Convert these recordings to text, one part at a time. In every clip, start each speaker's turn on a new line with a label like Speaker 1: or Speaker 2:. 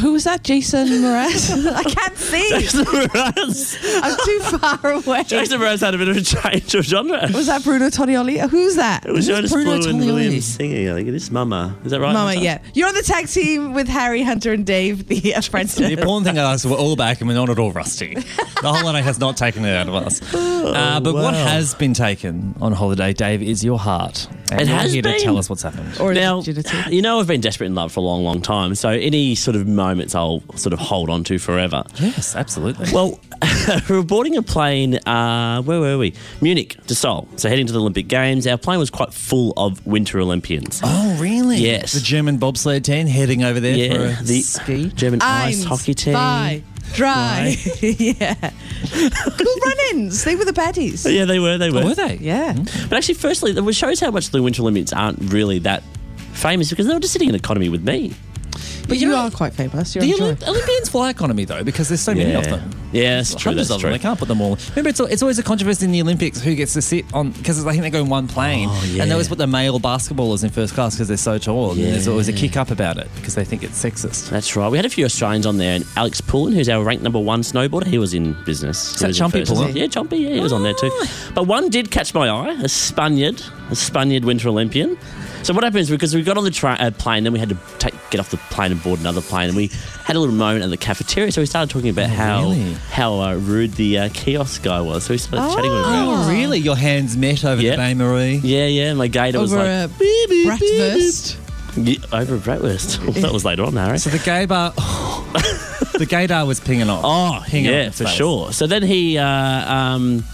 Speaker 1: Who was that? Jason Mraz?
Speaker 2: I can't see.
Speaker 3: Jason Mraz.
Speaker 2: I'm too far away.
Speaker 3: Jason Mraz had a bit of a change of genre.
Speaker 1: Was that Bruno Tognoli? Who's that?
Speaker 3: It was
Speaker 1: Who's
Speaker 3: Jonas Blue and Williams singing. I think it is Mama. Is that right?
Speaker 1: Mama,
Speaker 3: Hunter?
Speaker 1: yeah. You're on the tag team with Harry, Hunter, and Dave, the uh,
Speaker 4: The
Speaker 1: apprentice.
Speaker 4: important thing is we're all back and we're not at all rusty. The holiday has not taken it out of us. Uh, but what
Speaker 3: wow.
Speaker 4: has been taken on holiday, Dave, is your heart. And
Speaker 3: It
Speaker 4: you're
Speaker 3: has
Speaker 4: here
Speaker 3: been.
Speaker 4: to tell us what's happened.
Speaker 1: Or
Speaker 3: Now,
Speaker 1: rigidity.
Speaker 3: you know, I've been desperate in love for a long, long time. So any sort of moments I'll sort of hold on to forever.
Speaker 4: Yes, absolutely.
Speaker 3: Well, we were boarding a plane. Uh, where were we? Munich to Seoul. So heading to the Olympic Games. Our plane was quite full of Winter Olympians.
Speaker 4: oh, really?
Speaker 3: Yes.
Speaker 4: The German bobsled team heading over there
Speaker 3: yeah,
Speaker 4: for a
Speaker 3: the
Speaker 4: ski.
Speaker 3: German
Speaker 1: Eins,
Speaker 3: ice hockey team.
Speaker 1: zwei, Dry. yeah. cool run-ins. They were the baddies.
Speaker 3: Yeah, they were. They were.
Speaker 4: Oh, were they?
Speaker 1: Yeah.
Speaker 3: But actually, firstly, it shows how much the Winter Olympians aren't really that famous because they were just sitting in economy with me.
Speaker 1: But you are quite famous. You're
Speaker 4: The
Speaker 1: on Joy.
Speaker 4: Olymp- Olympians fly economy though, because there's so many of
Speaker 3: Yeah.
Speaker 4: them.
Speaker 3: Yeah, that's
Speaker 4: There's
Speaker 3: true,
Speaker 4: Hundreds
Speaker 3: that's
Speaker 4: of them.
Speaker 3: true.
Speaker 4: They can't put them all. Remember, it's, al- it's always a controversy in the Olympics who gets to sit on because I think they go in one plane,
Speaker 3: Oh, yeah.
Speaker 4: and they always put the male basketballers in first class because they're so tall, and there's always a
Speaker 3: Yeah.
Speaker 4: kick up about it because they think it's sexist.
Speaker 3: That's right. We had a few Australians on there, and Alex Pullen, who's our ranked number one snowboarder, he was in business. He
Speaker 4: that
Speaker 3: was in
Speaker 4: Chompy
Speaker 3: first.
Speaker 4: Pullen? Oh.
Speaker 3: Yeah, Chompy. Yeah, he was on there too. But one did catch my eye, a Spaniard, a Spaniard Winter Olympian. So what happens because we got on the tra- uh, plane, then we had to take, get off the plane and board another plane, and we had a little moment at the cafeteria. So we started talking about how
Speaker 4: Oh, really?
Speaker 3: how uh, rude the uh, kiosk guy was. So we started chatting with him. about
Speaker 4: Oh, really? Your hands met over
Speaker 3: Yeah.
Speaker 4: the Bay Marie?
Speaker 3: Yeah, yeah. My gator was
Speaker 1: Over
Speaker 3: like
Speaker 1: a
Speaker 3: "Beep, beep, beep, beep."
Speaker 1: Bratwurst.
Speaker 3: Yeah, over a bratwurst. Well, that was later on, Harry.
Speaker 4: So the gay bar, the gaydar was pinging off.
Speaker 3: Oh,
Speaker 4: Hang on,
Speaker 3: yeah,
Speaker 4: it's
Speaker 3: for
Speaker 4: nice.
Speaker 3: sure. So then he uh, um,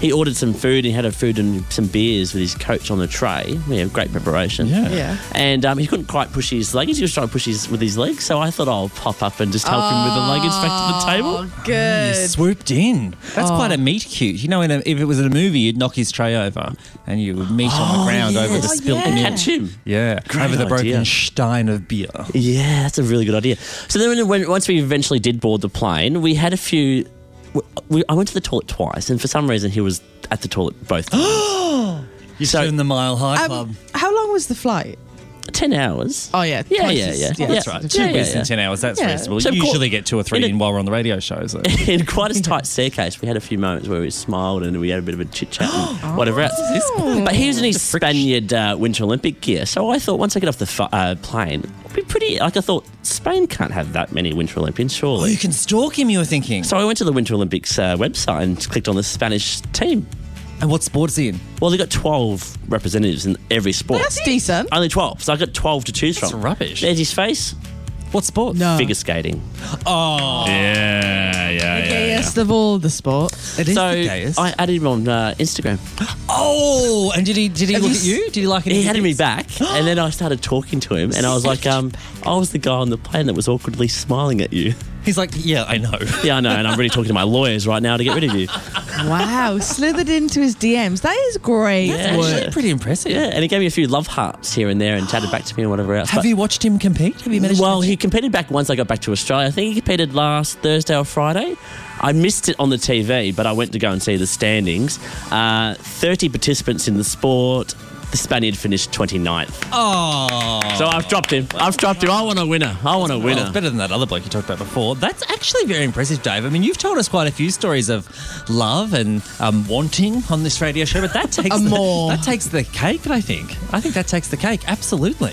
Speaker 3: he ordered some food. He had a food and some beers with his coach on the tray. We have great preparation.
Speaker 4: Yeah.
Speaker 1: Yeah.
Speaker 3: And um, he couldn't quite push his luggage. He was trying to push his with his legs. So I thought I'll pop up and just help him with the luggage back to the table.
Speaker 1: Oh,
Speaker 4: You
Speaker 1: good.
Speaker 4: swooped in. That's
Speaker 3: Oh.
Speaker 4: quite a meet cute. You know, in a, if it was in a movie, you'd knock his tray over and you would meet on the ground over the
Speaker 3: yes.
Speaker 4: spilt
Speaker 1: Oh, yeah.
Speaker 4: milk.
Speaker 3: Catch him.
Speaker 4: Yeah,
Speaker 3: Great
Speaker 4: over the
Speaker 3: idea.
Speaker 4: broken stein of beer.
Speaker 3: Yeah, that's a really good idea. So then, when, once we eventually did board the plane, we had a few. We, we, I went to the toilet twice, and for some reason, he was at the toilet both times.
Speaker 4: You
Speaker 3: So-
Speaker 4: joined the Mile High Club.
Speaker 1: Um, how long was the flight?
Speaker 3: Ten hours.
Speaker 1: Oh, yeah.
Speaker 3: Yeah,
Speaker 1: twice
Speaker 3: yeah,
Speaker 1: as-
Speaker 3: yeah.
Speaker 4: That's
Speaker 3: yeah.
Speaker 4: right. Two
Speaker 3: Yeah, yeah,
Speaker 4: beers
Speaker 3: yeah.
Speaker 4: in 10 hours. That's
Speaker 1: Yeah.
Speaker 4: reasonable.
Speaker 3: So, of
Speaker 4: you
Speaker 3: course-
Speaker 4: usually get two or three
Speaker 3: In a-
Speaker 4: in while we're on the radio show. So.
Speaker 3: in quite a tight staircase, we had a few moments where we smiled and we had a bit of a chit chat
Speaker 4: Oh.
Speaker 3: and whatever else. But he was in his Spaniard uh, Winter Olympic gear, so I thought once I get off the fu- uh, plane, it'd be pretty. Like I thought, Spain can't have that many Winter Olympians,
Speaker 4: Oh, you
Speaker 3: surely.
Speaker 4: can stalk him, you were thinking.
Speaker 3: So I went to the Winter Olympics uh, website and clicked on the Spanish team.
Speaker 4: and what sport's he in?
Speaker 3: Well, they got twelve representatives in every sport.
Speaker 1: That's decent.
Speaker 3: Only twelve, so I got twelve to choose
Speaker 4: That's
Speaker 3: from.
Speaker 4: rubbish.
Speaker 3: There's his face.
Speaker 4: What sport?
Speaker 1: No.
Speaker 3: Figure skating.
Speaker 4: Oh. Yeah, yeah,
Speaker 1: Gayest of all the sports.
Speaker 4: It is
Speaker 3: so
Speaker 4: the gayest.
Speaker 3: I added him on uh, Instagram.
Speaker 4: Oh, and did he did he
Speaker 1: Have
Speaker 4: look
Speaker 1: you
Speaker 4: at you? Did he like? any
Speaker 3: he had
Speaker 4: of
Speaker 3: me
Speaker 4: his-
Speaker 3: back, and then I started talking to him, and I was like, um, I was the guy on the plane that was awkwardly smiling at you.
Speaker 4: He's like, yeah, I know.
Speaker 3: Yeah, I know, and I'm really talking to my lawyers right now to get rid of you.
Speaker 1: Wow. Slithered into his DMs. That is great.
Speaker 3: Yeah.
Speaker 1: work.
Speaker 4: Actually, pretty impressive.
Speaker 3: Yeah, and he gave me a few love hearts here and there, and chatted back to me and whatever else.
Speaker 4: Have
Speaker 3: but-
Speaker 4: you watched him compete? Have you managed?
Speaker 3: well,
Speaker 4: to
Speaker 3: he competed back once I got back to Australia. I think he competed last Thursday or Friday. I missed it on the TV, but I went to go and see the standings. Uh, 30 participants in the sport. The Spaniard finished 29th.
Speaker 4: oh,
Speaker 3: So I've dropped him. I've dropped him. I want a winner. I want a
Speaker 4: Well,
Speaker 3: winner.
Speaker 4: it's Oh, better than that other bloke you talked about before. That's actually very impressive, Dave. I mean, you've told us quite a few stories of love and um, wanting on this radio show, but that takes the,
Speaker 1: Amor.
Speaker 4: that takes the cake. I think. I think that takes the cake. Absolutely.